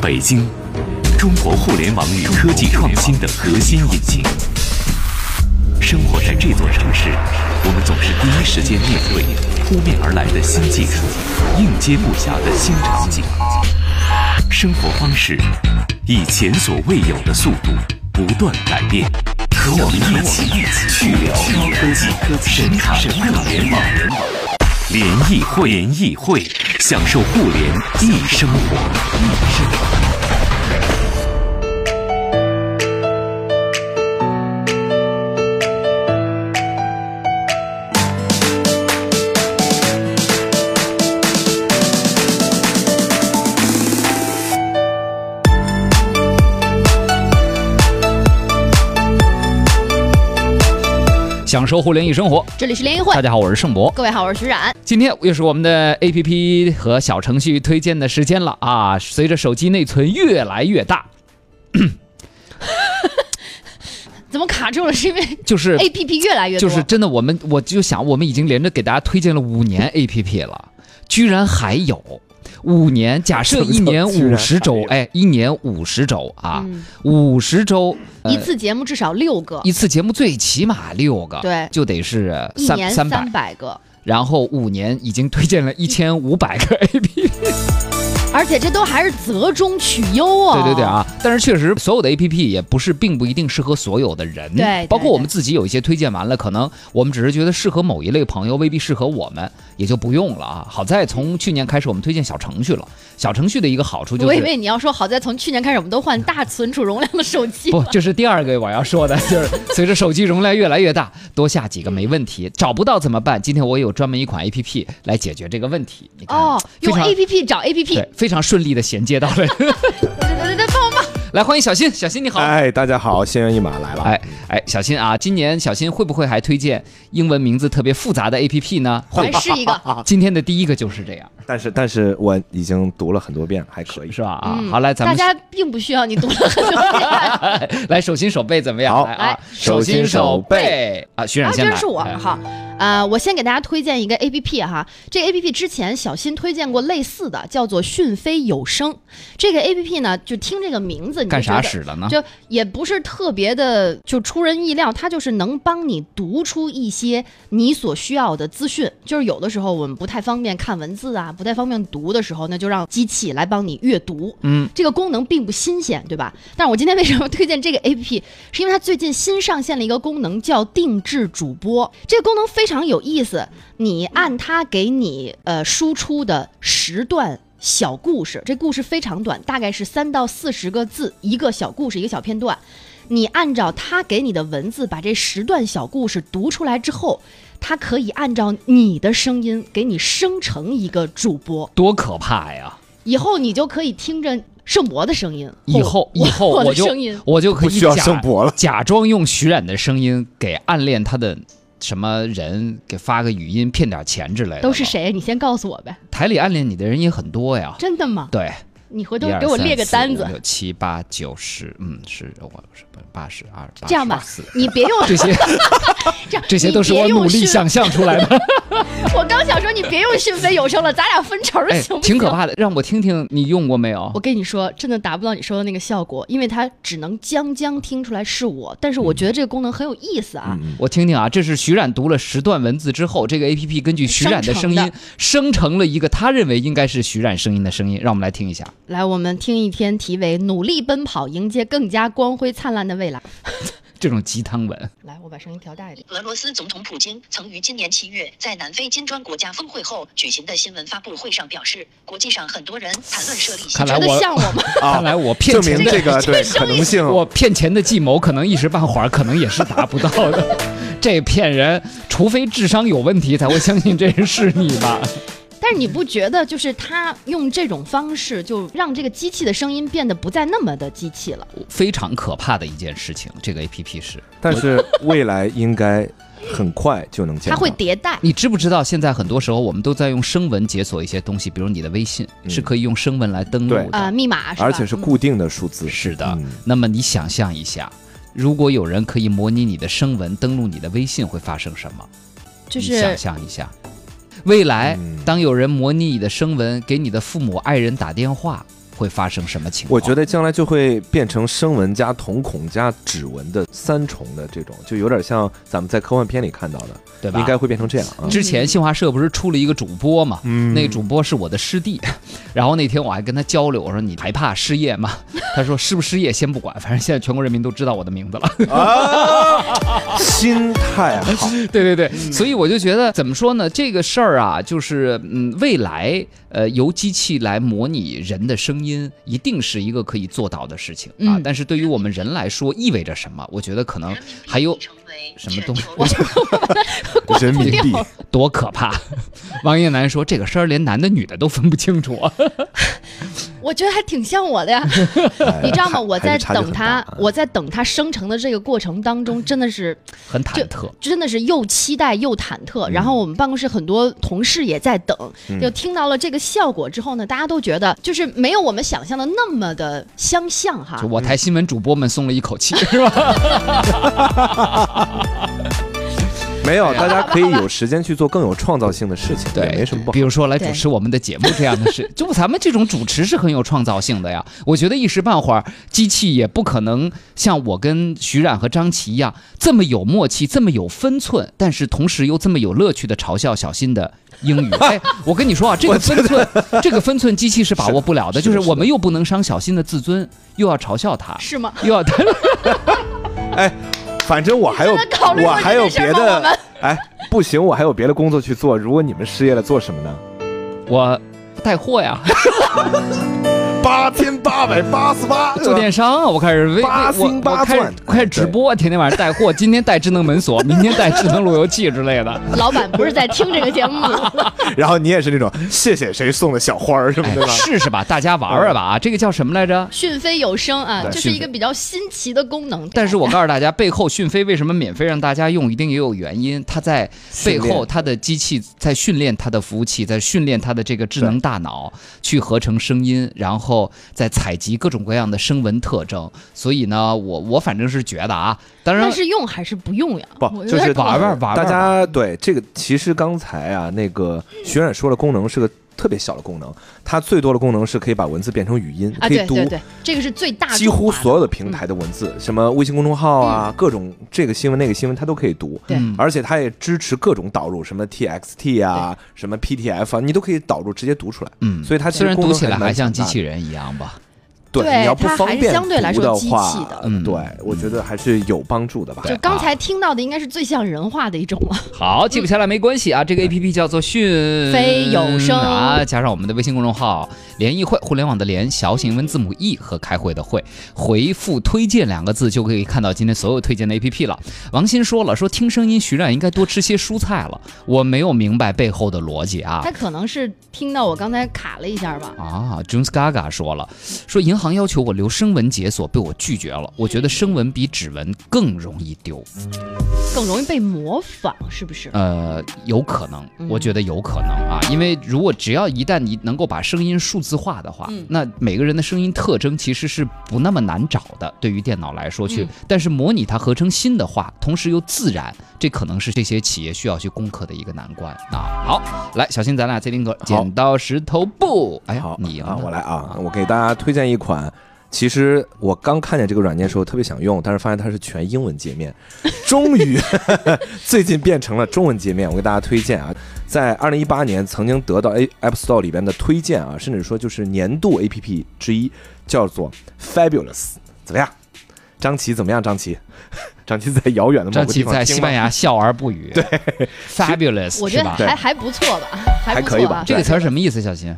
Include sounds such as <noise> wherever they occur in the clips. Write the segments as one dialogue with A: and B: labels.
A: 北京，中国互联网与科技创新的核心引擎。生活在这座城市，我们总是第一时间面对扑面而来的新技术，应接不暇的新场景。生活方式以前所未有的速度不断改变，和我们一起去聊科技、神侃互联网，联谊会，联谊会，享受互联易生活。
B: 享受互联易生活，
C: 这里是联谊会
B: 大。家好，我是盛博。
C: 各位好，我是徐冉。
B: 今天又是我们的 A P P 和小程序推荐的时间了啊！随着手机内存越来越大，
C: 怎么卡住了？是因为
B: 就是
C: A P P 越来越
B: 就
C: 多，
B: 是真的，我们我就想，我们已经连着给大家推荐了五
C: <laughs>
B: 年 A P P 了，居然还有五年。假设一年
D: 居然
B: 五
D: 还有
B: 十周，哎，一年五十周啊
C: 嗯，
B: 五十周
C: 一次节目至少六个，
B: 一次节目最起码六个，
C: 对
B: 就得是
C: 一
B: 三
C: 年
B: 三百
C: 三，百个，
B: 然后五年已经推荐了一千五百个 A P P。
C: 而且这都还是择中取优啊。
B: 对对对！啊！但是确实，所有的 A P P 也不是并不一定适合所有的人，
C: 对对
B: 包括我们自己有一些推荐完了，可能我们只是觉得适合某一类朋友，未必适合我们，也就不用了啊。好在从去年开始，我们推荐小程序了。小程序的一个好处就
C: 我以
B: 是。
C: 为你要说，好在从去年开始我们都换大存储容量的手机。
B: 不，这 <laughs> 是第二个我要说的，就是随着手机容量越来越大，多下几个没问题。找不到怎么办？今天我有专门一款 A P P 来解决这个问题。你看，
C: 哦，
B: 哎非
C: 用
B: 常
C: A P P 找 A P P。对
B: 对，非常顺利的衔接到了。 <laughs>
C: 对对对，帮我帮。
B: 来，欢迎小新，小新你好。
D: 哎，大家好，仙人一马来了。
B: 哎哎，小新啊，今年小新会不会还推荐英文名字特别复杂的 A P P 呢？
C: 还是一个，
B: 今天的第一个就是这样，
D: 但是但是我已经读了很多遍，还可以。
B: 是吧？啊，
C: 嗯
B: 好来，咱
C: 大
B: 们
C: 家并不需要你读了很多遍。
B: <laughs> 来手心手背怎么样？
D: 好
B: 来啊
C: 来，
B: 手心手背啊，徐冉
C: 啊，
B: 先
C: 这
B: 来。
C: 是我
B: 哎
C: 哈，呃，我先给大家推荐一个 A P P 哈，这 A P P 之前小新推荐过类似的，叫做讯飞有声。这个 A P P 呢，就听这个名字，你就
B: 哎干啥
C: 觉得
B: 使了呢？
C: 就也不是特别的就出人意料，它就是能帮你读出一些你所需要的资讯。就是有的时候我们不太方便看文字啊，不太方便读的时候，那就让机器来帮你阅读。
B: 嗯，
C: 这个功能并不新鲜，对吧？但是我今天为什么推荐这个 A P P，是因为它最近新上线了一个功能叫定制主播，这个功能非常有意思。你按它给你呃输出的时段。小故事，这故事非常短，大概是三到四十个字，一个小故事，一个小片段。你按照他给你的文字把这十段小故事读出来之后，它可以按照你的声音给你生成一个主播，
B: 多可怕呀！
C: 以后你就可以听着盛博的声音，
B: 以后
C: 我
B: 以后
C: 哦我
B: 我
C: 的
B: 就
C: 声音。
B: 我就可以
D: 不需要
B: 假
D: 圣博了
B: 假装用徐冉的声音给暗恋他的什么人给发个语音骗点钱之类的。
C: 都是？谁？你先告诉我呗。
B: 台里暗恋你的人也很多呀。
C: 真的吗？
B: 对，
C: 你回头给我列个单子。
B: 六七八九十，嗯，是我是八十二，呃
C: 这样吧
B: 四，
C: 你别用
B: 这
C: <laughs>
B: 些
C: 这样，
B: 这些都是我努力想
C: 你
B: 象出来
C: <laughs>
B: 的，
C: 别用讯。我刚想说你别用讯飞有声了，咱俩分成
B: 哎
C: 行，不行？
B: 挺可怕的。让我听听你用过没有
C: 我？跟你说，真的达不到你说的那个效果，因为它只能将将听出来是我，但是
D: 嗯
C: 我觉得这个功能很有意思啊。
B: 我听听啊，这是徐冉读了十段文字之后，这个 A P P 根据徐冉的声
C: 生成
B: 音生成了一个他认为应该是徐冉声音的声音，让我们来听一下。
C: 来，我们听一篇题为《努力奔跑，迎接更加光辉灿烂的未来》。
B: 这种鸡汤文，
C: 来，我把声音调大一点。
E: 俄罗斯总统普京曾于今年七月在南非金砖国家峰会后举行的新闻发布会上表示，国际上很多人谈论设立新
B: 看来
C: 觉得
B: 我
C: 像我吗？
D: 啊
B: <laughs> 看来我骗
D: 证
B: 钱
D: 明
B: 的，
D: 这个对可能性，
B: 我骗钱的计谋可能一时半会儿可能也是达不到的。 <laughs> 这骗人，除非智商有问题才会相信这人是你吧？
C: 但是你不觉得，就是他用这种方式，就让这个机器的声音变得不再那么的机器了？
B: 非常可怕的一件事情。这个 A P P 是，
D: 但是未来应该很快就能见
C: 它
D: 到。
C: 会迭代。
B: 你知不知道现在很多时候我们都在用声纹解锁一些东西，比如你的微信、
D: 嗯
B: 是可以用声纹来登录
D: 对
C: 呃，
B: 的，
C: 密码是吧？
D: 而且是
C: 嗯
D: 固定的数字。
B: 是的。
D: 嗯
B: 那么你想象一下。如果有人可以模拟你的声纹登录你的微信，会发生什么？
C: 嗯就
B: 你想
C: 是
B: 象一下，未来、
D: 嗯
B: 当有人模拟你的声纹给你的父母、爱人打电话，会发生什么情况？
D: 我觉得将来就会变成声纹加瞳孔加指纹的三重的这种，就有点像咱们在科幻片里看到的，
B: 对吧？
D: 应该会变成这样啊。
B: 之前新华社不是出了一个主播嘛，
D: 嗯
B: 那个主播是我的师弟， <laughs> 然后那天我还跟他交流，我说你还怕失业吗？他说失不失业先不管，反正现在全国人民都知道我的名字了。
C: 嗯
D: 心态好，
B: 对对对，所以我就觉得怎么说呢？这个事儿啊，就是嗯，未来呃，由机器来模拟人的声音，一定是一个可以做到的事情啊。
C: 嗯
B: 但是对于我们人来说，意味着什么？我觉得可能还有什么东西
E: 我
D: 人民币
B: 多可怕。 <laughs> 王一楠说，这个声儿连男的女的都分不清楚。 <laughs>
C: 我觉得还挺像我的
D: <laughs>
C: 呀，
D: 哎
C: 你知道吗？我在等它，
D: 啊
C: 我在等它生成的这个过程当中，真的是
B: 很忐忑。
C: 真的是又期待又忐忑。
D: 嗯
C: 然后我们办公室很多同事也在等，就听到了这个效果之后呢，大家都觉得就是没有我们想象的那么的相像哈
B: 就。我台新闻主播们松了一口气，是吧？
D: 没有，
C: 啊
D: 大家可以有时间去做更有创造性的事情，也没什么不好
B: 比。如说来主持我们的节目这样的
D: <laughs>
B: 事，就咱们这种主持是很有创造性的呀。我觉得一时半会儿机器也不可能像我跟徐冉和张琪一样这么有默契，这么有分寸，但是同时又这么有乐趣的嘲笑小新的英
D: <laughs>
B: 语。哎，我跟你说啊，这个分寸，这个分寸机器是把握不了的，
D: 是
B: 就
D: 的
B: 是
D: 是的
B: 我们又不能伤小新的自尊，又要嘲笑他，
C: 是吗？
B: 又要他。
D: 哎，反正我还有
C: 你真的考虑
D: 我
C: 过
D: 还有
C: 这件
D: 别
C: 事吗我
D: 的
C: 们，
D: 哎，不行，我还有别的工作去做。如果你们失业了，做什么呢？
B: 我带货呀，
D: 八千八百八十八，
B: 做电商啊，我开始微微
D: 八
B: 我
D: 星八
B: 我开始
D: 钻哎
B: 开始直播，天天晚上带货，今天带智能门
D: <laughs>
B: 锁，明天带智能路由器之类的。
C: 老板不是在听这个节目吗？
D: <laughs> <laughs> 然后你也是那种谢谢谁送的小花儿什么
B: 哎
D: 的吧？嗯
B: 试试吧，大家玩玩吧啊！这个叫什么来着？
C: 讯飞有声啊，
D: 对
C: 就是
B: 讯
C: 一个比较新奇的功能。
B: 但是我告诉大家，背后讯飞为什么免费让大家用，一定也有原因。它在背
D: 训
B: 后，
D: 练
B: 它的机器在训练它的服务器，在训练它的这个智能大脑，去合成声音，然后再采集各种各样的声纹特征。所以呢，我我反正是觉得啊，当然
C: 但是用还是不用呀？
D: 不
C: 我有
D: 就
C: 点
D: 是
B: 玩玩玩玩
D: 大家对这个，其实刚才啊，那个徐冉说的功能是个特别小的功能，它最多的功能是可以把文字变成语音，
C: 啊，
D: 可
C: 对
D: 以读
C: 对对，啊这个是最大
D: 几乎
C: 众化的
D: 所有的平台的文
C: 嗯
D: 字，什么微信公众号啊，各种这个新闻那个新闻，它都可以读。
C: 对
B: 嗯
D: 而且它也支持各种导入，什么 TXT 啊，什么 PDF 啊，你都可以导入直接读出来。
B: 嗯
D: 所以它其
B: 虽
D: 实
B: 然
D: 功
B: 读
D: 能
B: 起来
D: 还蛮
B: 还像
D: 强大
B: 机
D: 的
B: 器人一样吧。
D: 对，
C: 对
D: 你要不
C: 它
D: 方
C: 还是
D: 便
C: 相对来
D: 读
C: 说
D: 的
C: 机器
D: 话，
C: 的
B: 嗯
D: 对，我觉得还是有帮助的吧。
C: 就刚才听到的应该是最像人话的一种了。
B: 好，记不下来没关
D: 嗯
B: 系啊，这个 A P P 叫做讯
C: 飞有声
B: 啊，加上我们的微信公众号“联谊会”，互联网的联，小写英文字母 e 和开会的会，回复“推荐”两个字就可以看到今天所有推荐的 A P P 了。王鑫说了，说听声音徐冉应该多吃些蔬菜了，我没有明白背后的逻辑啊
C: 他。可能是听到我刚才卡了一下吧。
B: 啊，Jones Gaga 说了，说银行要求我留声纹解锁，被我拒绝了。我觉得声纹比指纹更容易丢，
C: 更容易被模仿，是不是？
B: 呃，有可能，
D: 嗯
B: 我觉得有可能啊，因为如果只要一旦你能够把声音数字化的话，
C: 嗯
B: 那每个人的声音特征其实是不那么难找的，对于电脑来说去。
C: 嗯
B: 但是模拟它合成新的话，同时又自然，这可能是这些企业需要去攻克的一个难关啊。好，来，小新，咱俩再定个剪刀石头布。哎呀
D: 好，，
B: <laughs> 你赢
D: 啊
B: 了，
D: 我来啊，我给大家推荐一款。其实我刚看见这个软件的时候特别想用，但是发现它是全英文界面，终于 <laughs> 最近变成了中文界面。我给大家推荐啊，在二零一八年曾经得到 A App Store 里边的推荐啊，甚至说就是年度 A P P 之一，叫做 Fabulous，怎么样？张琪怎么样？张琪， <laughs> 张琪在遥远的某
B: 张
D: 个
B: 琪
D: 地方
B: 在
D: 听
B: 西
D: 吗
B: 班牙笑而不
D: <laughs>
B: 语。对，fabulous，
C: 我觉
B: 是
C: 得
B: 吧？
C: 还还不错吧，还不
D: 还可以
C: 错啊
D: 吧。
B: 这个词儿什么意思，小新？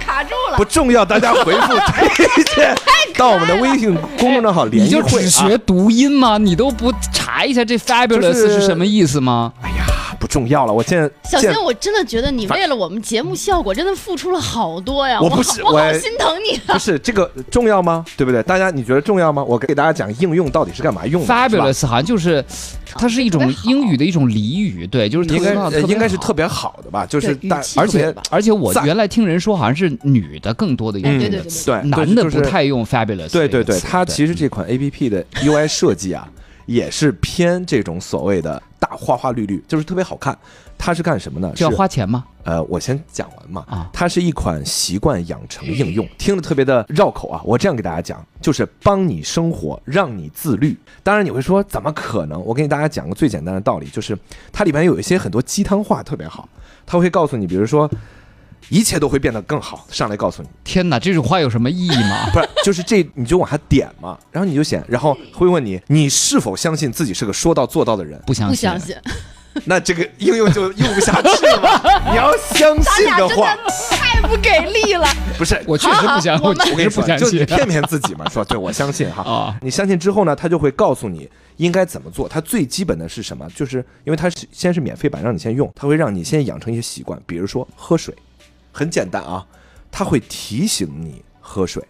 C: 卡住了，
D: 不重要，大家回复推荐到我们的微信公众号“联
B: 你
D: 谊
B: 就
D: 会”
B: 只
D: 啊
B: 学读音吗？你都不查一下这 fabulous
D: 就是
B: 是什么意思吗？
D: 不重要了。我现
C: 小
D: 在
C: 新
D: 现，
C: 我真的觉得你
D: 反
C: 为了我们节目效果真的付出了好多呀，
D: 我
C: 我
D: 不是
C: 好我好
D: 我
C: 心疼你啊
D: 不。是这个重要吗？对不对？大家你觉得重要吗？我给大家讲应用到底是干嘛用的是吧
B: fabulous 好像就是，它是一
C: 特
B: 种
C: 别好
B: 英语的一种俚语，对，就是特
D: 应
B: 别
D: 该
B: 好
D: 呃应该是
B: 好
D: 特别好的吧？就是
C: 对
D: 大
C: 语气
B: 而
D: 而且
B: 且而且我
D: 赞
B: 原来听人说好像是女的更多的用
C: 哎
D: 嗯
C: 对
B: 这
C: 对
B: 个
C: 对
B: 词，
D: 对
B: 男的
D: 就是
B: 不太用 fabulous 这个词。
D: 对对对，它其实这款 A P P 的 U I 设计啊，也是偏这种所谓的大花花绿绿，就是特别好看。它是干什么呢？
B: 这要
D: 是
B: 花钱吗？
D: 呃，我先讲完嘛。
B: 啊
D: 它是一款习惯养成应用，听着特别的绕口啊。我这样给大家讲，就是帮你生活，让你自律。当然你会说，怎么可能？我给大家讲个最简单的道理，就是它里面有一些很多鸡汤话特别好，它会告诉你，比如说。一切都会变得更好，上来告诉你，
B: 天哪，这种话有什么意义吗？
C: <laughs>
D: 不是，就是这你就往下点嘛，然后你就写，然后会问你，你是否相信自己是个说到做到的人？
B: 不相
C: 不
B: 信，
C: 相信，
D: 那这个应用就用不下去了。你要相信的话，
C: <laughs> 太不给力了。
D: 不是
B: 我确实不相信，我
D: 我
B: 确
D: 跟
B: 实
D: 你
B: 不
D: 说，
B: 相
D: 就你
B: 信。
D: 骗骗自己嘛，说对我相信哈
B: 啊。
D: 你相信之后呢，他就会告诉你应该怎么做。它最基本的是什么？就是因为它是先是免费版，让你先用，它会让你先养成一些习惯，比如说喝水，很简单啊，它会提醒你喝水，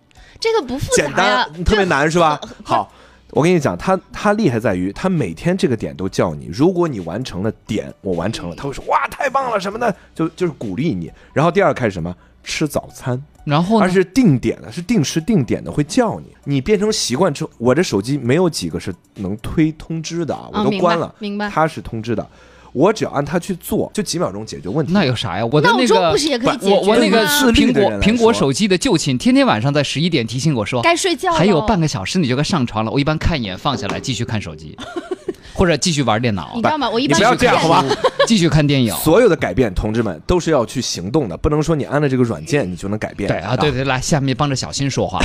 C: <laughs> 这个不复
D: 简
C: 杂呀
D: 单，特别
C: 就
D: 难是吧？
C: <laughs>
D: 好。我跟你讲，它它厉害在于，它每天这个点都叫你，如果你完成了点，我完成了，他会说哇太棒了什么的，就就是鼓励你。然后第二开始什么吃早餐，
B: 然后
D: 而
B: 呢？
D: 是定点的，是定时定点的会叫你。你变成习惯之后，我这手机没有几个是能推通知的啊，我
C: 嗯
D: 都
C: 明白
D: 关了，
C: 明白
D: 它是通知的，我只要按它去做，就几秒钟解决问题。
C: 嗯
B: 那有啥呀？我的
C: 闹
B: 那
C: 钟
B: 个
C: 不是也可以解决
B: 我我那个
C: 吗
D: 自律
B: 苹
D: 的
B: 果
D: 人来
B: 苹果
D: 说
B: 手机的旧琴，天天晚上在十一点提醒我说，
C: 该睡觉了，
B: 还有半个小时你就该上床了。我一般看一眼放下来，继续看手机，或者继续玩电脑
C: 你知，道吗？我一
D: 你
C: 般
D: 不要
C: 是
D: 这样
C: 样
D: 好吧？？
B: <laughs> 继续看电影。
D: 所有的改变，同志们都是要去行动的，不能说你安了这个软
C: 嗯
D: 件你就能改变。
B: 对啊，对对，来，下面帮着小新说话。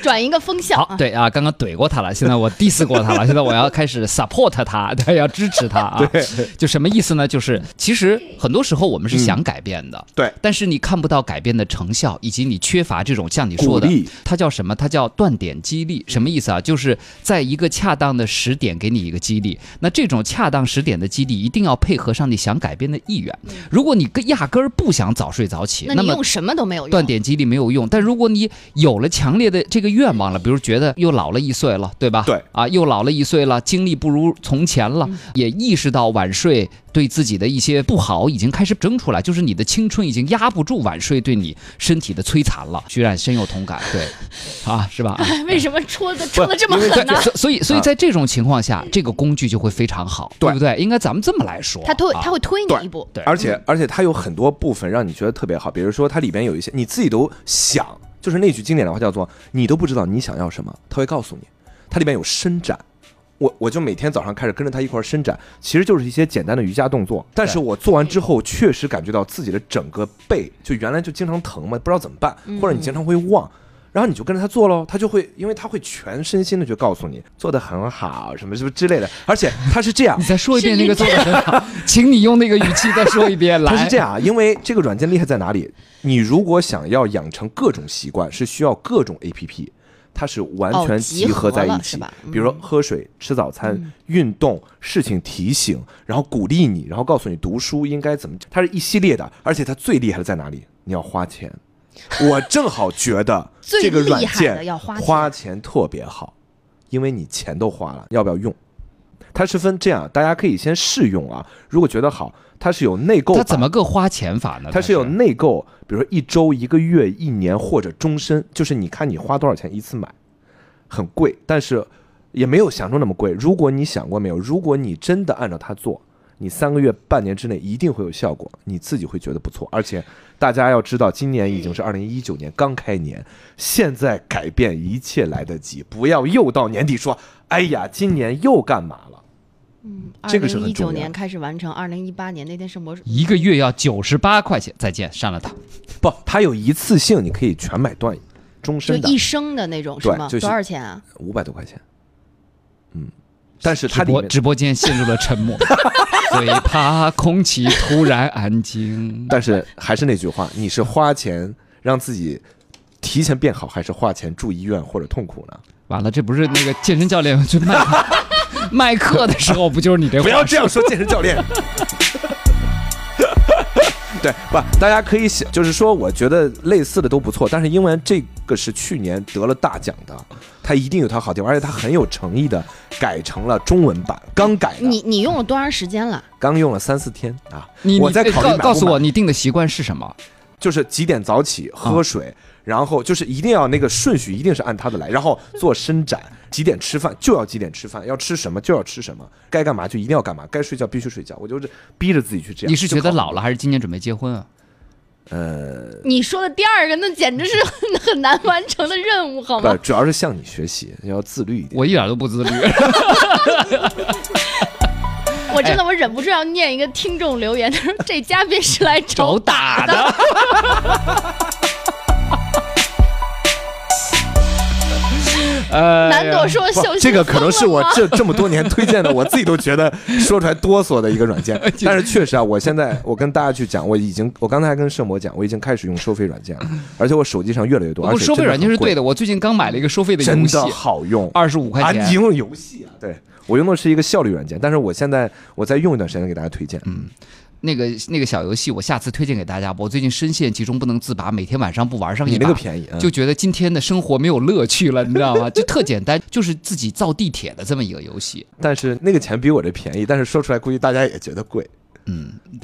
C: 转一个风
B: <laughs>
C: 向
B: 好，
C: 啊。
B: 对啊，刚刚怼过他了，现在我 diss 过他了，现在我要开始 support 他，对，要支持他啊。就什么意思呢？就是其实很多时候我们
D: 嗯
B: 是想改变的，
D: 对
B: 但是你看不到改变的成效，以及你缺乏这种像你说的
D: 鼓励，
B: 它叫什么？它叫断点激励，什么意思啊？就是在一个恰当的时点给你一个激励，那这种恰当时点的激励一定要配合上你想改变的意愿。如果你根压根儿不想早睡早起，
C: 嗯那
B: 那
C: 你
B: 么
C: 用什么都没有用，
B: 断点激励没有用，但如果你有了强烈的这个愿望了，比如觉得又老了一岁了，对吧？
D: 对
B: 啊，又老了一岁了，精力不如从前了，也意识到晚睡对自己的一些不好已经开始蒸出来，就是你的青春已经压不住晚睡对你身体的摧残了，居然深有同感，对，啊，是吧？啊
C: 哎为什么戳的戳的这么
D: 因为
C: 狠呢？
B: 所所以，所以在这种情况下，这个工具就会非常好，对不对？应该咱们这么来说，
C: 他推
B: 啊
C: 他会推你一步，
B: 对
D: 而且而且它有很多部分让你觉得特别好，比如说它里边有一些你自己都想，就是那句经典的话叫做“你都不知道你想要什么”，它会告诉你。它里边有伸展，我我就每天早上开始跟着它一块儿伸展，其实就是一些简单的瑜伽动作。但是我做完之后，确实感觉到自己的整个背就原来就经常疼嘛，不知道怎么办，或者你经常会忘。然后你就跟着他做喽，他就会，因为他会全身心的去告诉你做的很好，什么什么之类的，而且他是这样
B: 你，再说一遍那个做的很好，请你用那个语气再说一
D: <laughs>
B: 遍来。
D: 它是这样啊，因为这个软件厉害在哪里？你如果想要养成各种习惯，是需要各种 A P P，它是完
C: 哦
D: 全
C: 集
D: 集
C: 合
D: 合在一
C: 了
D: 起。
C: 是吧嗯
D: 比如说喝水、吃早餐、运动、事情提醒，然后鼓励你，然后告诉你读书应该怎么，它是一系列的。而且它最厉害的在哪里？你要花
C: <laughs>
D: 钱。我正好觉得
C: 最
D: 这个软
C: 厉害的
D: 件
C: 要花钱
D: 花钱特别好，因为你钱都花了，要不要用？它是分这样，大家可以先试用啊。如果觉得好，它是有内购
B: 他
D: 版，
B: 怎么个花钱法呢？
D: 它是有内购，比如说一周、一个月、一年或者终身，就是你看你花多少钱一次买，很贵，但是也没有想中那么贵。如果你想过没有，如果你真的按照它做，你三个月、半年之内一定会有效果，你自己会觉得不错。而且大家要知道，今年已经是二零一九年刚开年，现在改变一切来得及，不要又到年底说，哎呀，今年又干嘛了？这
C: 二
D: 个是
C: 零
D: 很
C: 一
D: 重要
C: 九
D: 的
C: 年开始完成，二零一八年那天是魔术，
B: 一个月要九十八块钱，再见，删了它。
D: 不，它有一次性，你可以全买断，终
C: 就
D: 身的
C: 一生的那种是
D: 对
C: 吗？
D: 就是
C: 多少钱啊？
D: 五百多块钱。嗯，但是它
B: 直
D: 里
B: 播
D: 面，
B: 直播间陷入了沉
D: <laughs>
B: 默，最怕空气突然安静。
D: 但是还是那句话，你是花钱让自己提前变好，还是花钱住医院或者痛苦呢？
B: 完了，这不是那个健身教练去卖卖课的时候，不就是你这
D: 不
B: 话
D: 要这样说健身教练。 <laughs> 对，不，大家可以想，就是说，我觉得类似的都不错，但是因为这个是去年得了大奖的，它一定有它好地方，而且它很有诚意的改成了中文版，刚改
C: 你
D: 的，
C: 你用了多长时间了？
D: 刚用了三四天啊。
B: 你
D: 我
B: 你
D: 在考虑
B: 告
D: 买不
B: 告诉
D: 买
B: 我，你定的习惯是什么？嗯
D: 就是几点早起喝水，然后就是一定要那个顺序一定是按它的来，然后做伸展，几点吃饭就要几点吃饭，要吃什么就要吃什么，该干嘛就一定要干嘛，该睡觉必须睡觉，我就是逼着自己去这样。
B: 你是觉得
D: 啊就靠
B: 老了还是今年准备结婚啊？
C: 你说的第二个，那简直是 <laughs> 很很难完成的任务，好
D: 不
C: 吗？
D: 主要是向你学习，要自律一点。
B: 我一点都不自
D: <laughs>
B: 律。
C: 我真的我忍不住要念一个听众留言，他 <laughs> 说这嘉宾是来找打的。
B: 呃，
C: 难道说
D: 不
C: 秀
D: 这个
C: 心
D: 可能是
C: 疯
D: 我
C: 了吗
D: 这这么多年
B: <laughs>
D: 推荐的，我自己都觉得说出来哆嗦的一个软件。但是确实啊，我现在我跟大家去讲，我已经我刚才还跟圣魔讲，我已经开始用收费软件了，
B: <laughs>
D: 而且我手机上越来越多。而
B: 我
D: 且
B: 收费
D: 真的
B: 软件是
D: 很贵
B: 对的，我最近刚买了一个收费的
D: 真
B: 游戏
D: 的，好用，
B: 二十五块
D: 啊，你
B: 钱。
D: 用游戏啊？对我用的是一个效率软件，但是我现在我再用一段时间给大家推荐。
B: 那个那个小游戏，我下次推荐给大家吧。我最近深陷其中不能自拔，每天晚上不玩上一把，
D: 你那个便宜啊
B: 就觉得今天的生活没有乐趣了，你知道吗？就特简单，就是自己造地铁的这么一个游戏。
D: 但是那个钱比我这便宜，但是说出来估计大家也觉得贵。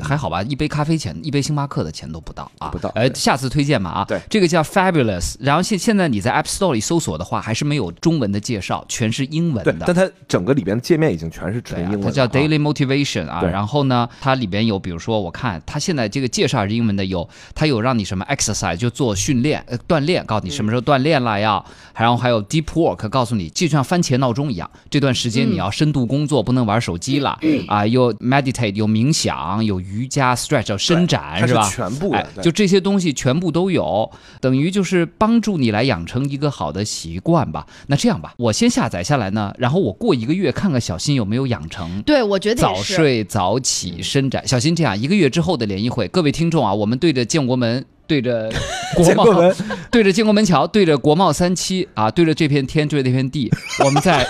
B: 还好吧，一杯咖啡钱，一杯星巴克的钱都不到啊，
D: 不到
B: 呃，
D: 对
B: 下次推荐嘛啊，
D: 对
B: 这个叫 Fabulous，然后现现在你在 App Store 里搜索的话，还是没有中文的介绍，全是英文
D: 对，
B: 的。
D: 但它整个里边的界面已经全是
B: 对
D: 纯英
B: 啊
D: 文，了
B: 它
D: 嗯啊。
B: 叫 Daily Motivation 啊，
D: 对
B: 然后呢，它里边有，比如说，我看它现在这个介绍是英文的，有它有让你什么 exercise 就做训练、呃、锻炼，告诉你什么时候锻炼了要，然后还有 deep work 告诉你，就像番茄闹钟一样，这段时间你要深度工作，不能玩手机了
D: 嗯
B: 啊，有 meditate 有冥想，有瑜伽 stretch 有伸展
D: 它是
B: 吧？
D: 全部的
B: 哎，
D: 对
B: 就这些东西全部都有，等于就是帮助你来养成一个好的习惯吧。那这样吧，我先下载下来呢，然后我过一个月看看小新有没有养成。
C: 对，我觉得也
B: 早
C: 是。
B: 睡早起伸展，小新这样一个月之后的联谊会，各位听众啊，我们对着建国门，对着国
D: 建
B: 贸
D: 国门，
B: <laughs> 对着建国门桥，对着国贸三期啊，对着这片天，对着这片地，我们在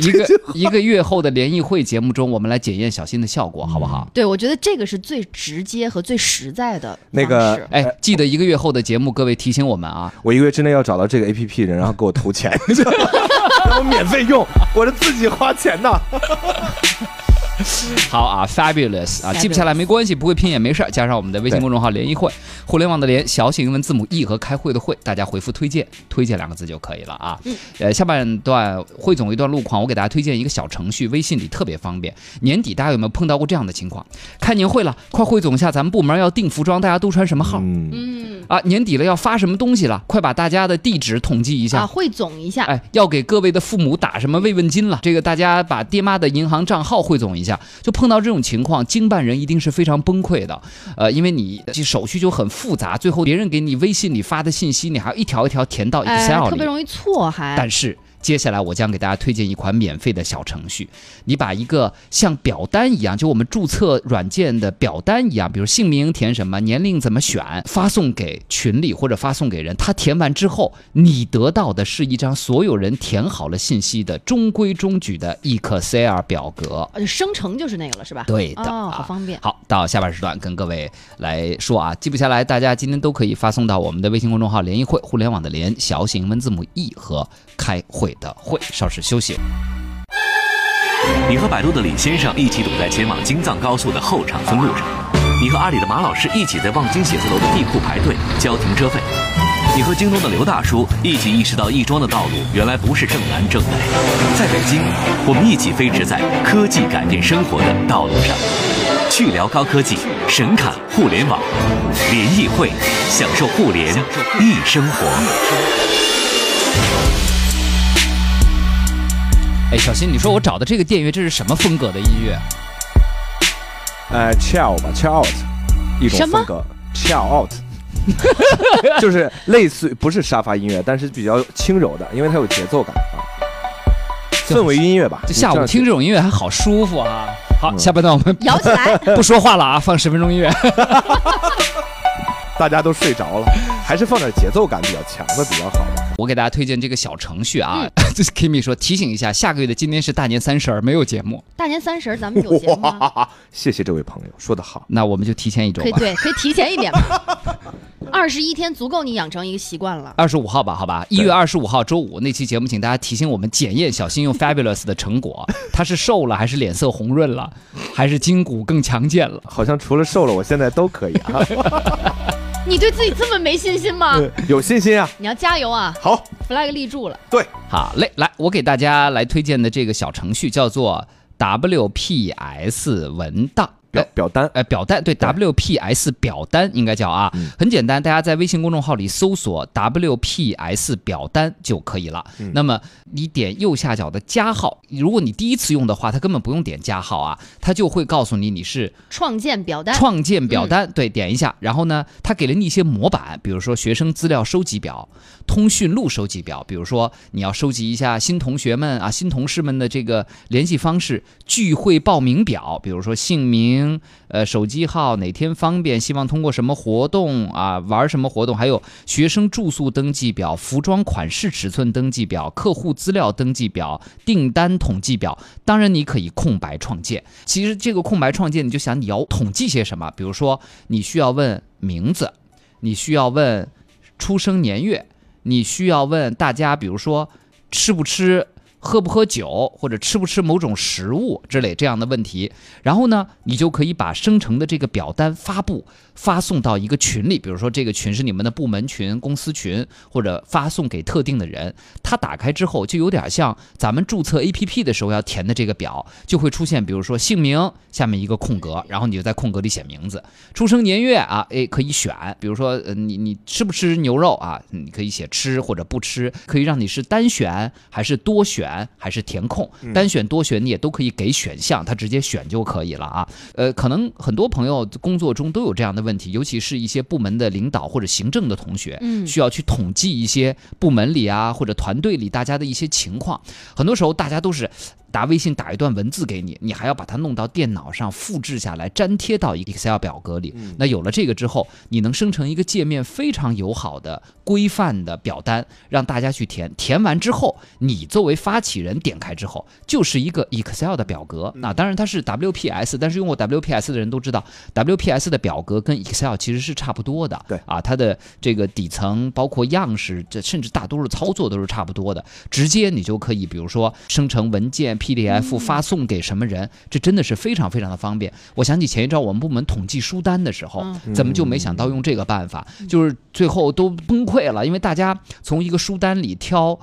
B: 一个一个月后的联谊会节目中，我们来检验小新的效果，好不好？
C: 对，我觉得这个是最直接和最实在的
D: 那个
C: 方式啊
B: 哎，记得一个月后的节目，各位提醒我们啊，
D: 我一个月之内要找到这个 A P P 人，然后给我投 <laughs> 钱，让我免费用，我是自己花钱的。
B: 好啊，fabulous 啊，记不下来没关系，不会拼也没事儿，加上我们的微信
D: 对
B: 公众号“联谊会”，互联网的联，小写英文字母 e 和开会的会，大家回复“推荐”，推荐两个字就可以了啊。呃，下半段汇总一段路况，我给大家推荐一个小程序，微信里特别方便。年底大家有没有碰到过这样的情况？开年会了，快汇总一下咱们部门要订服装，大家都穿什么号、
D: 嗯，
C: 嗯
B: 啊？年底了要发什么东西了？快把大家的地址统计一下
C: 啊，。汇总一下，
B: 哎，要给各位的父母打什么慰问金了？这个大家把爹妈的银行账号汇总一下。就碰到这种情况，经办人一定是非常崩溃的，呃，因为你这手续就很复杂，最后别人给你微信里发的信息，你还要一条一条填到
C: 哎，
B: Excel
C: 特别
B: 里。
C: 容易错还。
B: 但是接下来我将给大家推荐一款免费的小程序，你把一个像表单一样，就我们注册软件的表单一样，比如姓名填什么，年龄怎么选，发送给群里或者发送给人。他填完之后，你得到的是一张所有人填好了信息的中规中矩的 Excel 表格。
C: 呃生成就是那个了，是吧？
B: 对的、
C: 哦，好
B: 啊
C: 方便。
B: 好，到下半时段跟各位来说啊，记不下来，大家今天都可以发送到我们的微信公众号“联谊会”，互联网的“联”，小写英文字母 “e” 和开会的“会”。稍事休息。
A: 你和百度的李先生一起堵在前往京藏高速的后场村路上，你和阿里的马老师一起在望京写字楼的地库排队交停车费，你和京东的刘大叔一起意识到亦庄的道路原来不是正南正北，在北京，我们一起飞驰在科技改变生活的道路上，去聊高科技，神侃互联网，联谊会，享受互联易生活。
B: 哎，小新，你说我找的这个电乐，这是什么风格的音乐？
D: 呃，chill 吧，chill out 一种
C: 什么
D: 风格，chill out。就是类似于不是沙发音乐，但是比较轻柔的，因为它有节奏感啊，氛围音乐吧。
B: 这下午听这种音乐还好舒服啊！好，
D: 嗯
B: 下半段我们
C: 摇起来， <laughs>
B: 不说话了啊，放十分钟音乐。
D: 大家都睡着了，还是放点节奏感比较强的比较好吧。
B: 我给大家推荐这个小程序啊，
C: 嗯
B: <laughs> 这是 Kimi 说提醒一下，下个月的今天是大年三十儿，没有节目，
C: 大年三十儿咱们有节目吗？
D: 哇，谢谢这位朋友，说得好。
B: 那我们就提前一周
C: 可以
B: 吧，
C: 对，可以提前一点嘛。二十一天足够你养成一个习惯了。
B: 二十五号吧，好吧，一月二十五号周五那期节目，请大家提醒我们检验小新用 Fabulous 的成果，他是瘦了还是脸色红润了，还是筋骨更强健了？
D: 好像除了瘦了，我现在都可以啊。
C: 你对自己这么没信心吗？
D: <laughs> 有信心啊！
C: 你要加油啊
D: 好，
C: ！flag 立住了，
D: 对，
B: 好嘞，来，我给大家来推荐的这个小程序叫做 WPS 文档。
D: 表表单，
B: 呃，表单对 WPS 表单应该叫啊，很简单，大家在微信公众号里搜索 WPS 表单就可以了。那么你点右下角的加号，如果你第一次用的话，它根本不用点加号啊，它就会告诉你你是
C: 创建表单，嗯
B: 创建表单，对，点一下，然后呢，它给了你一些模板，比如说学生资料收集表、通讯录收集表，比如说你要收集一下新同学们啊、新同事们的这个联系方式、聚会报名表，比如说姓名、呃手机号、哪天方便、希望通过什么活动啊、玩什么活动，还有学生住宿登记表、服装款式尺寸登记表、客户资料登记表、订单统计表。当然，你可以空白创建。其实这个空白创建，你就想你要统计些什么？比如说，你需要问名字，你需要问出生年月，你需要问大家，比如说吃不吃、喝不喝酒，或者吃不吃某种食物之类这样的问题。然后呢，你就可以把生成的这个表单发布发送到一个群里，比如说这个群是你们的部门群、公司群，或者发送给特定的人。它打开之后，就有点像咱们注册 APP 的时候要填的这个表，就会出现，比如说姓名下面一个空格，然后你就在空格里写名字，出生年月啊，哎，可以选，比如说，呃，你你吃不吃牛肉啊？你可以写吃或者不吃，可以让你是单选还是多选还是填空，单选多选你也都可以给选项，它直接选就可以了啊。呃，可能很多朋友工作中都有这样的问题，尤其是一些部门的领导或者行政的同学，
C: 嗯
B: 需要去统计一些部门里啊或者团队里大家的一些情况。很多时候大家都是打微信打一段文字给你，你还要把它弄到电脑上复制下来，粘贴到一个 Excel 表格里。那有了这个之后，你能生成一个界面非常友好的、规范的表单，让大家去填。填完之后，你作为发起人点开之后，就是一个 Excel 的表格。那当然它是 WPS，但是用过 WPS 的人都知道，WPS 的表格跟 Excel 其实是差不多的。
D: 对
B: 啊，它的这个底层包括样式，这甚至大多数操作都是差不多的。直接你就可以，比如说生成文件、PDF 发送给什么人，这真的是非常非常的方便。我想起前一阵我们部门统计书单的时候，咱们就没想到用这个办法，就是最后都崩溃了，因为大家从一个书单里挑。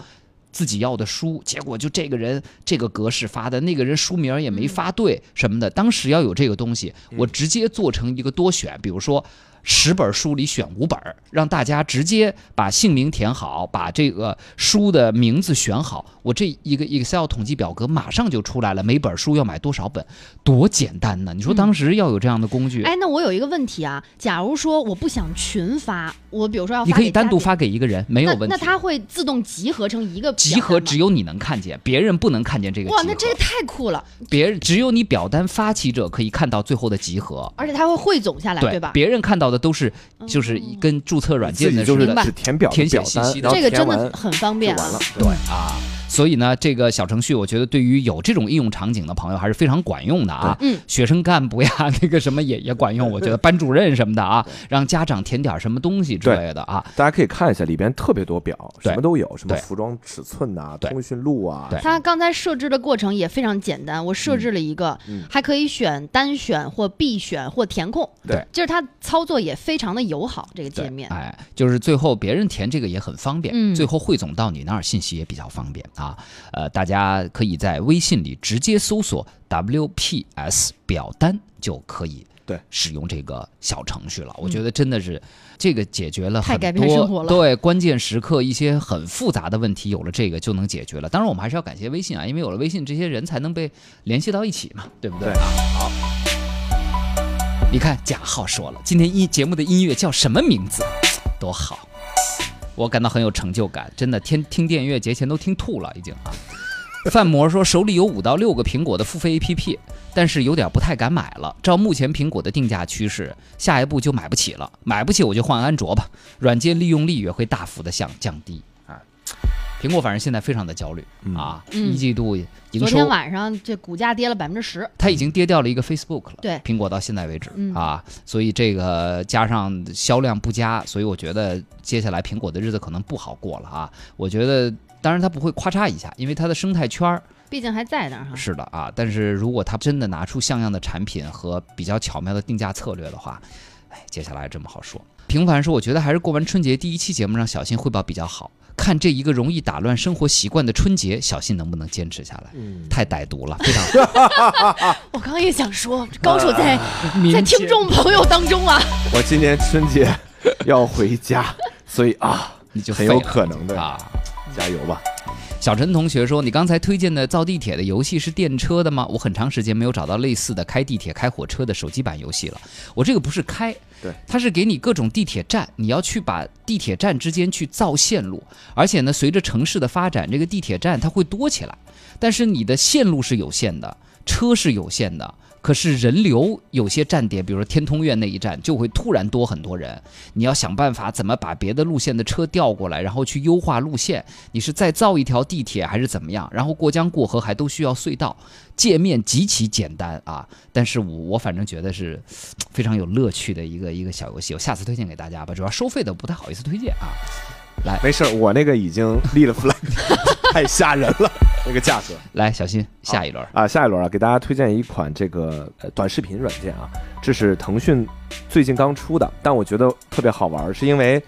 B: 自己要的书，结果就这个人这个格式发的，那个人书名也没发对什么的。当时要有这个东西，我直接做成一个多选，比如说十本书里选五本儿，让大家直接把姓名填好，把这个书的名字选好。我这一个 Excel 统计表格马上就出来了，每本书要买多少本，多简单呢？你说当时要有这样的工具，
C: 哎，那我有一个问题啊，假如说我不想群发，我比如说要发
B: 你可以
C: 给家
B: 单独
C: 里
B: 发给一个人，没有问题。
C: 那那它会自动集合成一个表
B: 集合
C: 单吗
B: 只有你能看见，别人不能看见这个集合。
C: 哇，那这个太酷了，
B: 别人只有你表单发起者可以看到最后的集合。
C: 而且它会汇总下来，对吧？嗯
B: 别人看到的都是就是一跟注册软
D: 自
B: 件
D: 己
B: 的
D: 就是
B: 似的
C: 明白
D: 只填表
B: 填写
D: 表
B: 信
D: 单
B: 息，
D: 然后
C: 这个
D: 填
C: 真
D: 完
C: 的很方
D: 就
C: 便
D: 完
C: 啊
D: 了。。对，
B: 啊。所以呢，这个小程序我觉得对于有这种应用场景的朋友还是非常管用的啊。
C: 对嗯，
B: 学生干部呀， <laughs> 那个什么也也管用，我觉得班主任什么的啊，让家长填点什么东西之类的啊。
D: 大家可以看一下，里边特别多表，
B: 对
D: 什么都有，什么
B: 对
D: 服装尺寸呐、
B: 对
D: 通讯录啊，
B: 对
C: 它刚才设置的过程也非常简单，我设置了一个，
B: 嗯
C: 还可以选单选或必选或填空，
D: 对，
C: 就是它操作也非常的友好，这个界
B: 对，
C: 面。
B: 哎，就是最后别人填这个也很方便，
C: 嗯
B: 最后汇总到你那儿信息也比较方便啊。呃，大家可以在微信里直接搜索 WPS 表单就可以。
D: 对
B: 使用这个小程序了，我觉得真的是这个解决了
C: 嗯太
B: 很
C: 改变生
B: 多
C: 活了
B: 对关键时刻一些很复杂的问题，有了这个就能解决了。当然，我们还是要感谢微信啊，因为有了微信，这些人才能被联系到一起嘛，对不对
D: 对
B: 啊？好，你看贾浩说了，今天音节目的音乐叫什么名字？多好！我感到很有成就感，真的，天听电音乐节前都听吐了，已经啊。范魔说手里有五到六个苹果的付费 APP，但是有点不太敢买了。照目前苹果的定价趋势，下一步就买不起了，买不起我就换安卓吧。软件利用率也会大幅的降降低啊。苹果反正现在非常的焦虑啊，
C: 嗯
B: 一季度营
C: 昨
B: 收
C: 天晚上这股价跌了百分之十，
B: 它已经跌掉了一个 Facebook 了。
C: 对
B: 苹果到现在为止、
C: 嗯
B: 啊，所以这个加上销量不佳，所以我觉得接下来苹果的日子可能不好过了啊。我觉得，当然它不会咔嚓一下，因为它的生态圈儿
C: 毕竟还在那儿哈。
B: 是的啊。但是如果它真的拿出像样的产品和比较巧妙的定价策略的话，哎，接下来这么好说。平凡说，我觉得还是过完春节第一期节目让小新汇报比较好，看这一个容易打乱生活习惯的春节，小新能不能坚持下来？
D: 嗯，
B: 太歹毒了，非常
C: 我刚刚也想说，高手在在
B: 民间
C: 听众朋友当中啊，
D: 我今年春节要回家，
B: <laughs>
D: 所以啊，
B: 你就
D: 很
B: 废
D: 有
B: 了
D: 可能的，
B: 啊。
D: 加油吧！
B: 小陈同学说：“你刚才推荐的造地铁的游戏是电车的吗？我很长时间没有找到类似的开地铁、开火车的手机版游戏了。我这个不是开，
D: 对，
B: 它是给你各种地铁站，你要去把地铁站之间去造线路，而且呢，随着城市的发展，这个地铁站它会多起来，但是你的线路是有限的，车是有限的。”可是人流有些站点，比如说天通苑那一站，就会突然多很多人。你要想办法怎么把别的路线的车调过来，然后去优化路线。你是再造一条地铁还是怎么样？然后过江过河还都需要隧道，界面极其简单啊。但是我我反正觉得是嘖非常有乐趣的一个一个小游戏，我下次推荐给大家吧。主要收费的不太好意思推荐啊。
D: 没事儿，我那个已经立
B: <laughs>
D: 了 flag，太吓人了，那个价格
B: 来，小新下一轮，
D: 啊！下一轮啊，给大家推荐一款这个呃短视频软件啊，这是腾讯最近刚出的，但我觉得特别好玩儿，是因为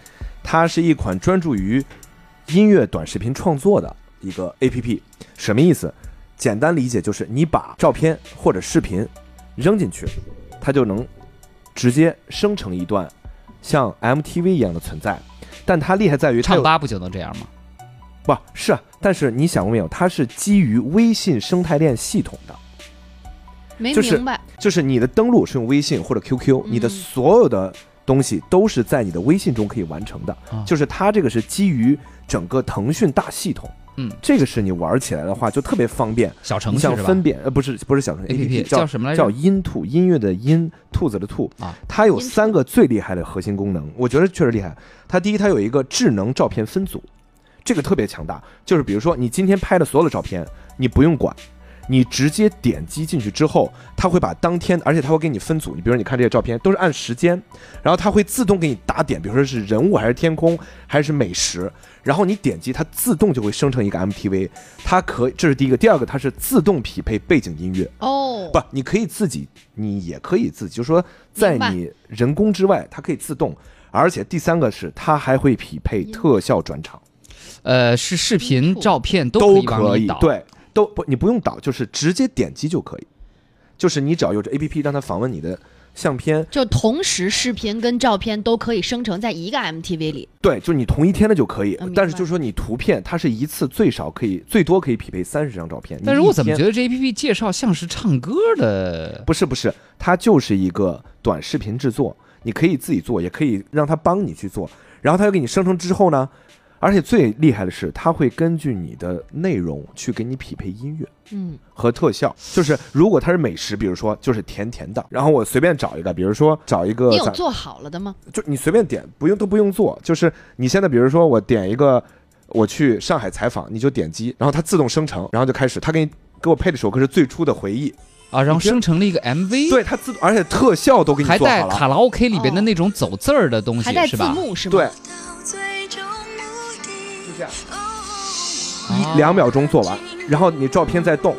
D: 它是一款专注于音乐短视频创作的一个 APP。什么意思？简单理解就是你把照片或者视频扔进去，它就能直接生成一段像 MTV 一样的存在。但它厉害在于它
B: 唱
D: 有
B: 吧不就能这样吗？
D: 不是啊，但是你想过没有，它是基于微信生态链系统的，
C: 没
D: 就是
C: 明白，
D: 就是你的登录是用微信或者 QQ，、
C: 嗯
D: 你的所有的东西都是在你的微信中可以完成的，
B: 啊
D: 就是它这个是基于整个腾讯大系统，
B: 嗯
D: 这个是你玩起来的话就特别方便，
B: 小程
D: 你
B: 序
D: 想
B: 是吧
D: 分辨呃不是不是小程序
B: APP
D: 叫
B: 叫什么来着
D: 叫音兔音乐的音兔子的兔
B: 啊，
D: 它有
C: 音兔
D: 三个最厉害的核心功能，我觉得确实厉害。它第一，它有一个智能照片分组，这个特别强大，就是比如说你今天拍的所有的照片，你不用管。你直接点击进去之后，它会把当天，而且它会给你分组。你比如说，你看这些照片都是按时间，然后它会自动给你打点，比如说是人物还是天空还是美食，然后你点击它自动就会生成一个 MTV。它可这是第一个，第二个它是自动匹配背景音乐，
C: 哦，
D: 不，你可以自己，你也可以自己，就是说在
C: 明白
D: 你人工之外，它可以自动，而且第三个是它还会匹配
C: 音
D: 特效转场，
B: 呃，是视频、照片都
D: 都
B: 可以往
D: 可
B: 里
D: 以
B: 导，，
D: 对，都不你不用导，就是直接点击就可以，就是你只要有这 A P P 让它访问你的相片，
C: 就同时视频跟照片都可以生成在一个 MTV 里，
D: 对，就是你同一天的就可以
C: 嗯明，
D: 但是
C: 白
D: 就是说你图片它是一次最少可以最多可以匹配三十张照片，
B: 但是
D: 你一
B: 我怎么
D: 天
B: 觉得这 A P P 介绍像是唱歌的？
D: 不是不是，它就是一个短视频制作，你可以自己做，也可以让它帮你去做。然后它又给你生成之后呢，而且最厉害的是，它会根据你的内容去给你匹配音乐
C: 嗯，
D: 和特效。就是如果它是美食，比如说就是甜甜的，然后我随便找一个，比如说找一个
C: 你有
D: 咱
C: 做好了的吗？
D: 就你随便点，不用都不用做，就是你现在比如说我点一个，我去上海采访，你就点击，然后它自动生成，然后就开始，它给你给我配的首歌是最初的回忆，
B: 啊，然后
D: 你觉得
B: 生成了一个 MV，
D: 对它自动，而且特效都给你
B: 还
D: 做
B: 带
D: 好了。
B: 卡拉 OK 里边的
C: 哦
B: 那种走字儿的东
C: 还带
B: 西，是
C: 字
B: 吧？
C: 幕是吗？
D: 对，，
F: 就
D: 这样
B: 哦啊
D: 两秒钟做完，然后你照片再动，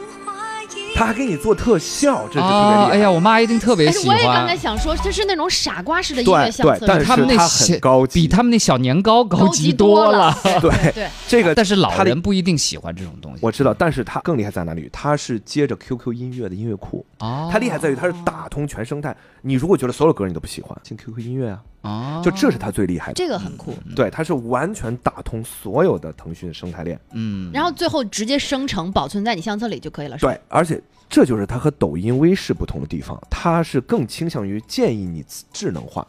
D: 他还给你做特效，这是特别厉害。
B: 哎呀，我妈一定特别
C: 但是
B: 喜
C: 我也刚才
B: 欢。
C: 想说，这是那种傻瓜式的音乐
D: 对
C: 相
D: 对
C: 册，，
D: 但
C: 是
D: 是
C: 吧
B: 他们那
D: 它
B: 些
D: 很高级，
B: 比他们那小年糕高
C: 高
B: 级
C: 级
B: 多
C: 了。
D: 对
C: 对，
D: 这个
B: 但是老
D: 它的
B: 人不一定喜欢这种东西。
D: 我知道，但是它更厉害在哪里？它是接着 QQ 音乐的音乐库，
B: 哦，
D: 它厉害在于它是打通全生态。你如果觉得所有歌你都不喜欢，进 QQ 音乐啊，
B: 哦，
D: 就这是它最厉害的。
C: 这个很酷。
D: 对，它是完全打通所有的腾讯生态链。
B: 嗯，
C: 然后最后直接生成保存在你相册里就可以了，是吧？
D: 对，而且这就是它和抖音、微视不同的地方，它是更倾向于建议你智能化，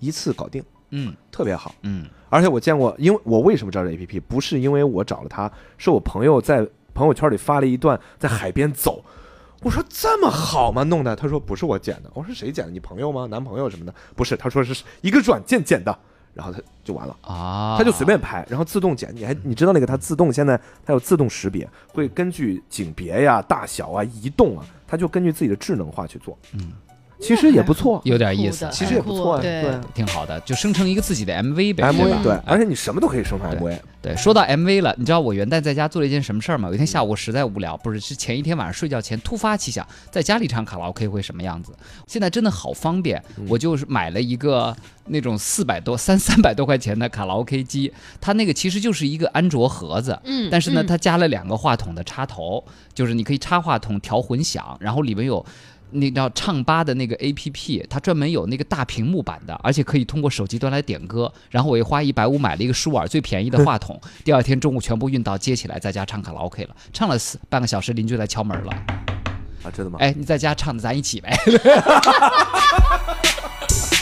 D: 一次搞定，
B: 嗯
D: 特别好。
B: 嗯
D: 而且我见过，因为我为什么知道这 A P P，不是因为我找了它，是我朋友在朋友圈里发了一段在海边走。我说这么好吗？弄的？他说不是我剪的。我说谁剪的？你朋友吗？男朋友什么的？不是，他说是一个软件剪的。然后他就完了，
B: 啊，
D: 他就随便拍，然后自动剪。你还你知道那个它自动现在它有自动识别，会根据景别呀、大小啊、移动啊，它就根据自己的智能化去做。嗯，其实也不错，
B: 有点意思，
D: 其实也不错呀，啊
C: 对
D: 对。
B: 哦挺好的，就生成一个自己的 MV 呗，对
D: MV
B: 吧？
D: 对，而且你什么都可以生成
B: 对
D: MV，
B: 对，说到 MV 了，你知道我元旦在家做了一件什么事儿吗？有一天下午我实在无聊，不是是前一天晚上睡觉前突发奇想，在家里唱卡拉 OK 会什么样子？现在真的好方便，我就是买了一个那种四百多三三百多块钱的卡拉 OK 机，它那个其实就是一个安卓盒子，
C: 嗯
B: 但是呢，
C: 嗯
B: 它加了两个话筒的插头，就是你可以插话筒调混响，然后里面有。那叫唱吧的那个 A P P，它专门有那个大屏幕版的，而且可以通过手机端来点歌。然后我又花一百五买了一个舒尔最便宜的话
C: <laughs>
B: 筒，第二天中午全部运到接起来，在家唱卡拉 OK 了，唱了四半个小时，邻居来敲门了。
D: 啊，真的吗？
B: 哎，你在家唱的，咱一起呗。 <laughs>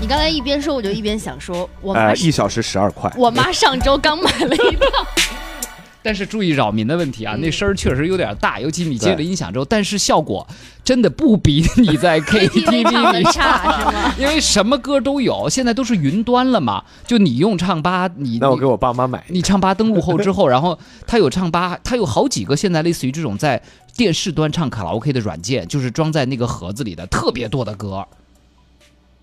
C: 你刚才一边说，我就一边想说，我妈
D: 呃，
C: 是、
D: 一小时十二块，
C: <laughs> 我妈上周刚买了一套，
B: 但是注意扰民的问题啊，那声儿确实有点大，尤其你接了
D: 对
B: 音响之后，但是效果真的不比你
C: <laughs>
B: 在 KTV 里
C: 唱的差是吗？
B: 因为什么歌都有，现在都是云端了嘛。就你用唱吧，你
D: 那我给我爸妈买一
B: 你你唱吧登录后之后，然后它有唱吧，它有好几个现在类似于这种在电视端唱卡拉 OK 的软件，就是装在那个盒子里的特别多的歌。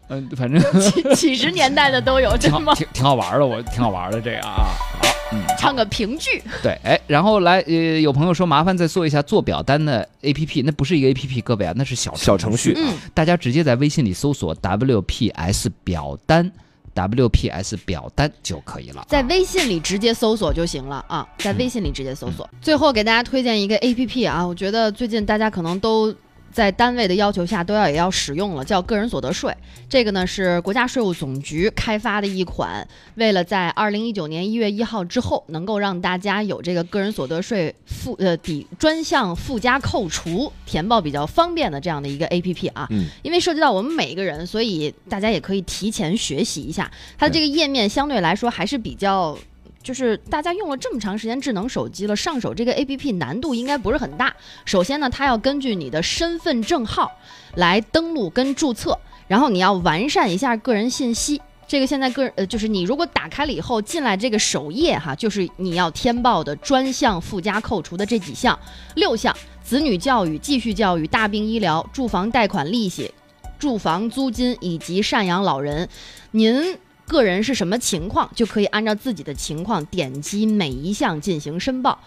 B: 嗯，反正
C: <laughs> 几几十年代的都有，
B: 挺
C: 真
B: 好，
C: 吗？
B: 挺挺好玩的，我挺好玩的这个啊。好，嗯，好
C: 唱个评剧，
B: 对，哎，然后来，呃，有朋友说麻烦再做一下做表单的 A P P，那不是一个 A P P，各位啊，那是小
D: 小程序
C: 嗯，
B: 大家直接在微信里搜索 WPS 表单，WPS 表单就可以了。啊
C: 在微信里直接搜索就行了啊，在微信里直接搜索。最后给大家推荐一个 A P P 啊，我觉得最近大家可能都。在单位的要求下，都要也要使用了，叫个人所得税。这个呢是国家税务总局开发的一款，为了在二零一九年一月一号之后，能够让大家有这个个人所得税附呃抵专项附加扣除填报比较方便的这样的一个 A P P 啊。
D: 嗯
C: 因为涉及到我们每一个人，所以大家也可以提前学习一下。它的这个页面相对来说还是比较。就是大家用了这么长时间智能手机了，上手这个 APP 难度应该不是很大。首先呢，它要根据你的身份证号来登录跟注册，然后你要完善一下个人信息。这个现在个人呃，就是你如果打开了以后进来这个首页哈，就是你要填报的专项附加扣除的这几项六项：子女教育、继续教育、大病医疗、住房贷款利息、住房租金以及赡养老人。您个人是什么情况，就可以按照自己的情况点击每一项进行申报。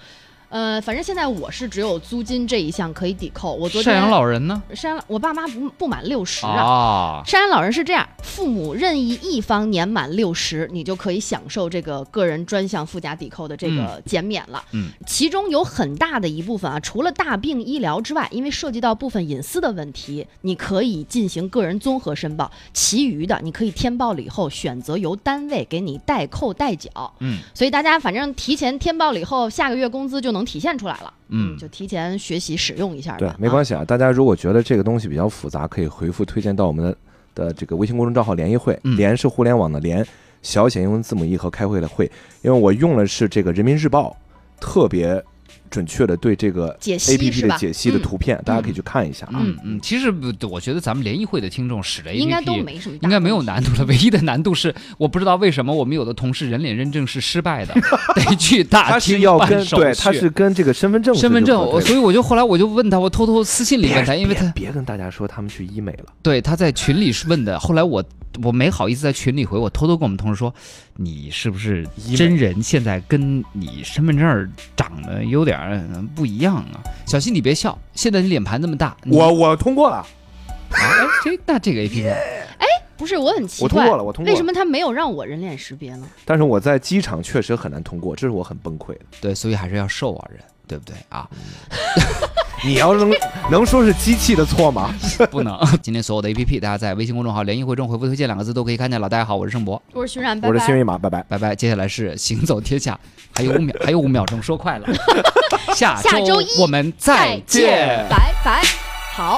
C: 呃，反正现在我是只有租金这一项可以抵扣。我昨
B: 赡
C: 天
B: 养老人呢？
C: 赡养老我爸妈不不满六十啊。
B: 啊，
C: 赡养老人是这样，父母任意一方年满六十，你就可以享受这个个人专项附加抵扣的这个减免了。
B: 嗯，
C: 其中有很大的一部分啊，除了大病医疗之外，因为涉及到部分隐私的问题，你可以进行个人综合申报，其余的你可以填报了以后选择由单位给你代扣代缴。
B: 嗯，
C: 所以大家反正提前填报了以后，下个月工资就能体现出来了。
B: 嗯
C: 就提前学习使用一下吧。
D: 对，没关
C: 系。
D: 系啊。大家如果觉得这个东西比较复杂，可以回复推荐到我们的的这个微信公众账号“联谊会”，
B: 嗯
D: 联是互联网的联，小写英文字母 e 和开会的会。因为我用的是这个人民日报，特别准确的对这个
C: 解析
D: A P
C: 是
D: P
C: 吧
D: 的解析的
C: 嗯
D: 图片，大家可以去看一下啊。
B: 嗯嗯，其实不我觉得咱们联谊会的听众使这 APP
C: 应该都没什么大问题，
B: 应该没有难度了，唯一的难度是我不知道为什么我们有的同事人脸认证是失败 <laughs> 的，得去大
D: 它是
B: 厅
D: 要
B: 办
D: 跟
B: 手续。
D: 对，它是跟这个身份证
B: 身份证，我所
D: 以
B: 以我就后来我就问他，我偷偷私信里
D: 别
B: 问他，因为他
D: 别别跟大家说他们去医美了，
B: 对，他在群里是问的，后来我我没好意思在群里回，我偷偷跟我们同事说，你是不是
D: 医美
B: 真人现在跟你身份证儿长得有点儿嗯不一样啊？小新你别笑，现在你脸盘那么大，你
D: 我我通过了，
B: 哎这那这个 A P P
C: 不是我很奇怪，
D: 我通过了我通过了
C: 为什么他没有让我人脸识别呢？
D: 但是我在机场确实很难通过，这是我很崩溃的。
B: 对，所以还是要瘦啊人，对不对啊？
D: 你要能能说是机器的错吗？
B: 不能， <laughs> 今天所有的 A P P 大家在微信公众号“联谊会中回复“推荐”两个字都可以看见了。大家好，我是盛博，
C: 我是徐冉，拜
D: 我是
C: 拜
D: 幸。运马，拜拜。
B: 拜拜。接下来是行走天下，还有五秒，还有五秒 <laughs> 钟，说快了，下
C: 下周一
B: 我们再
C: 拜拜，好。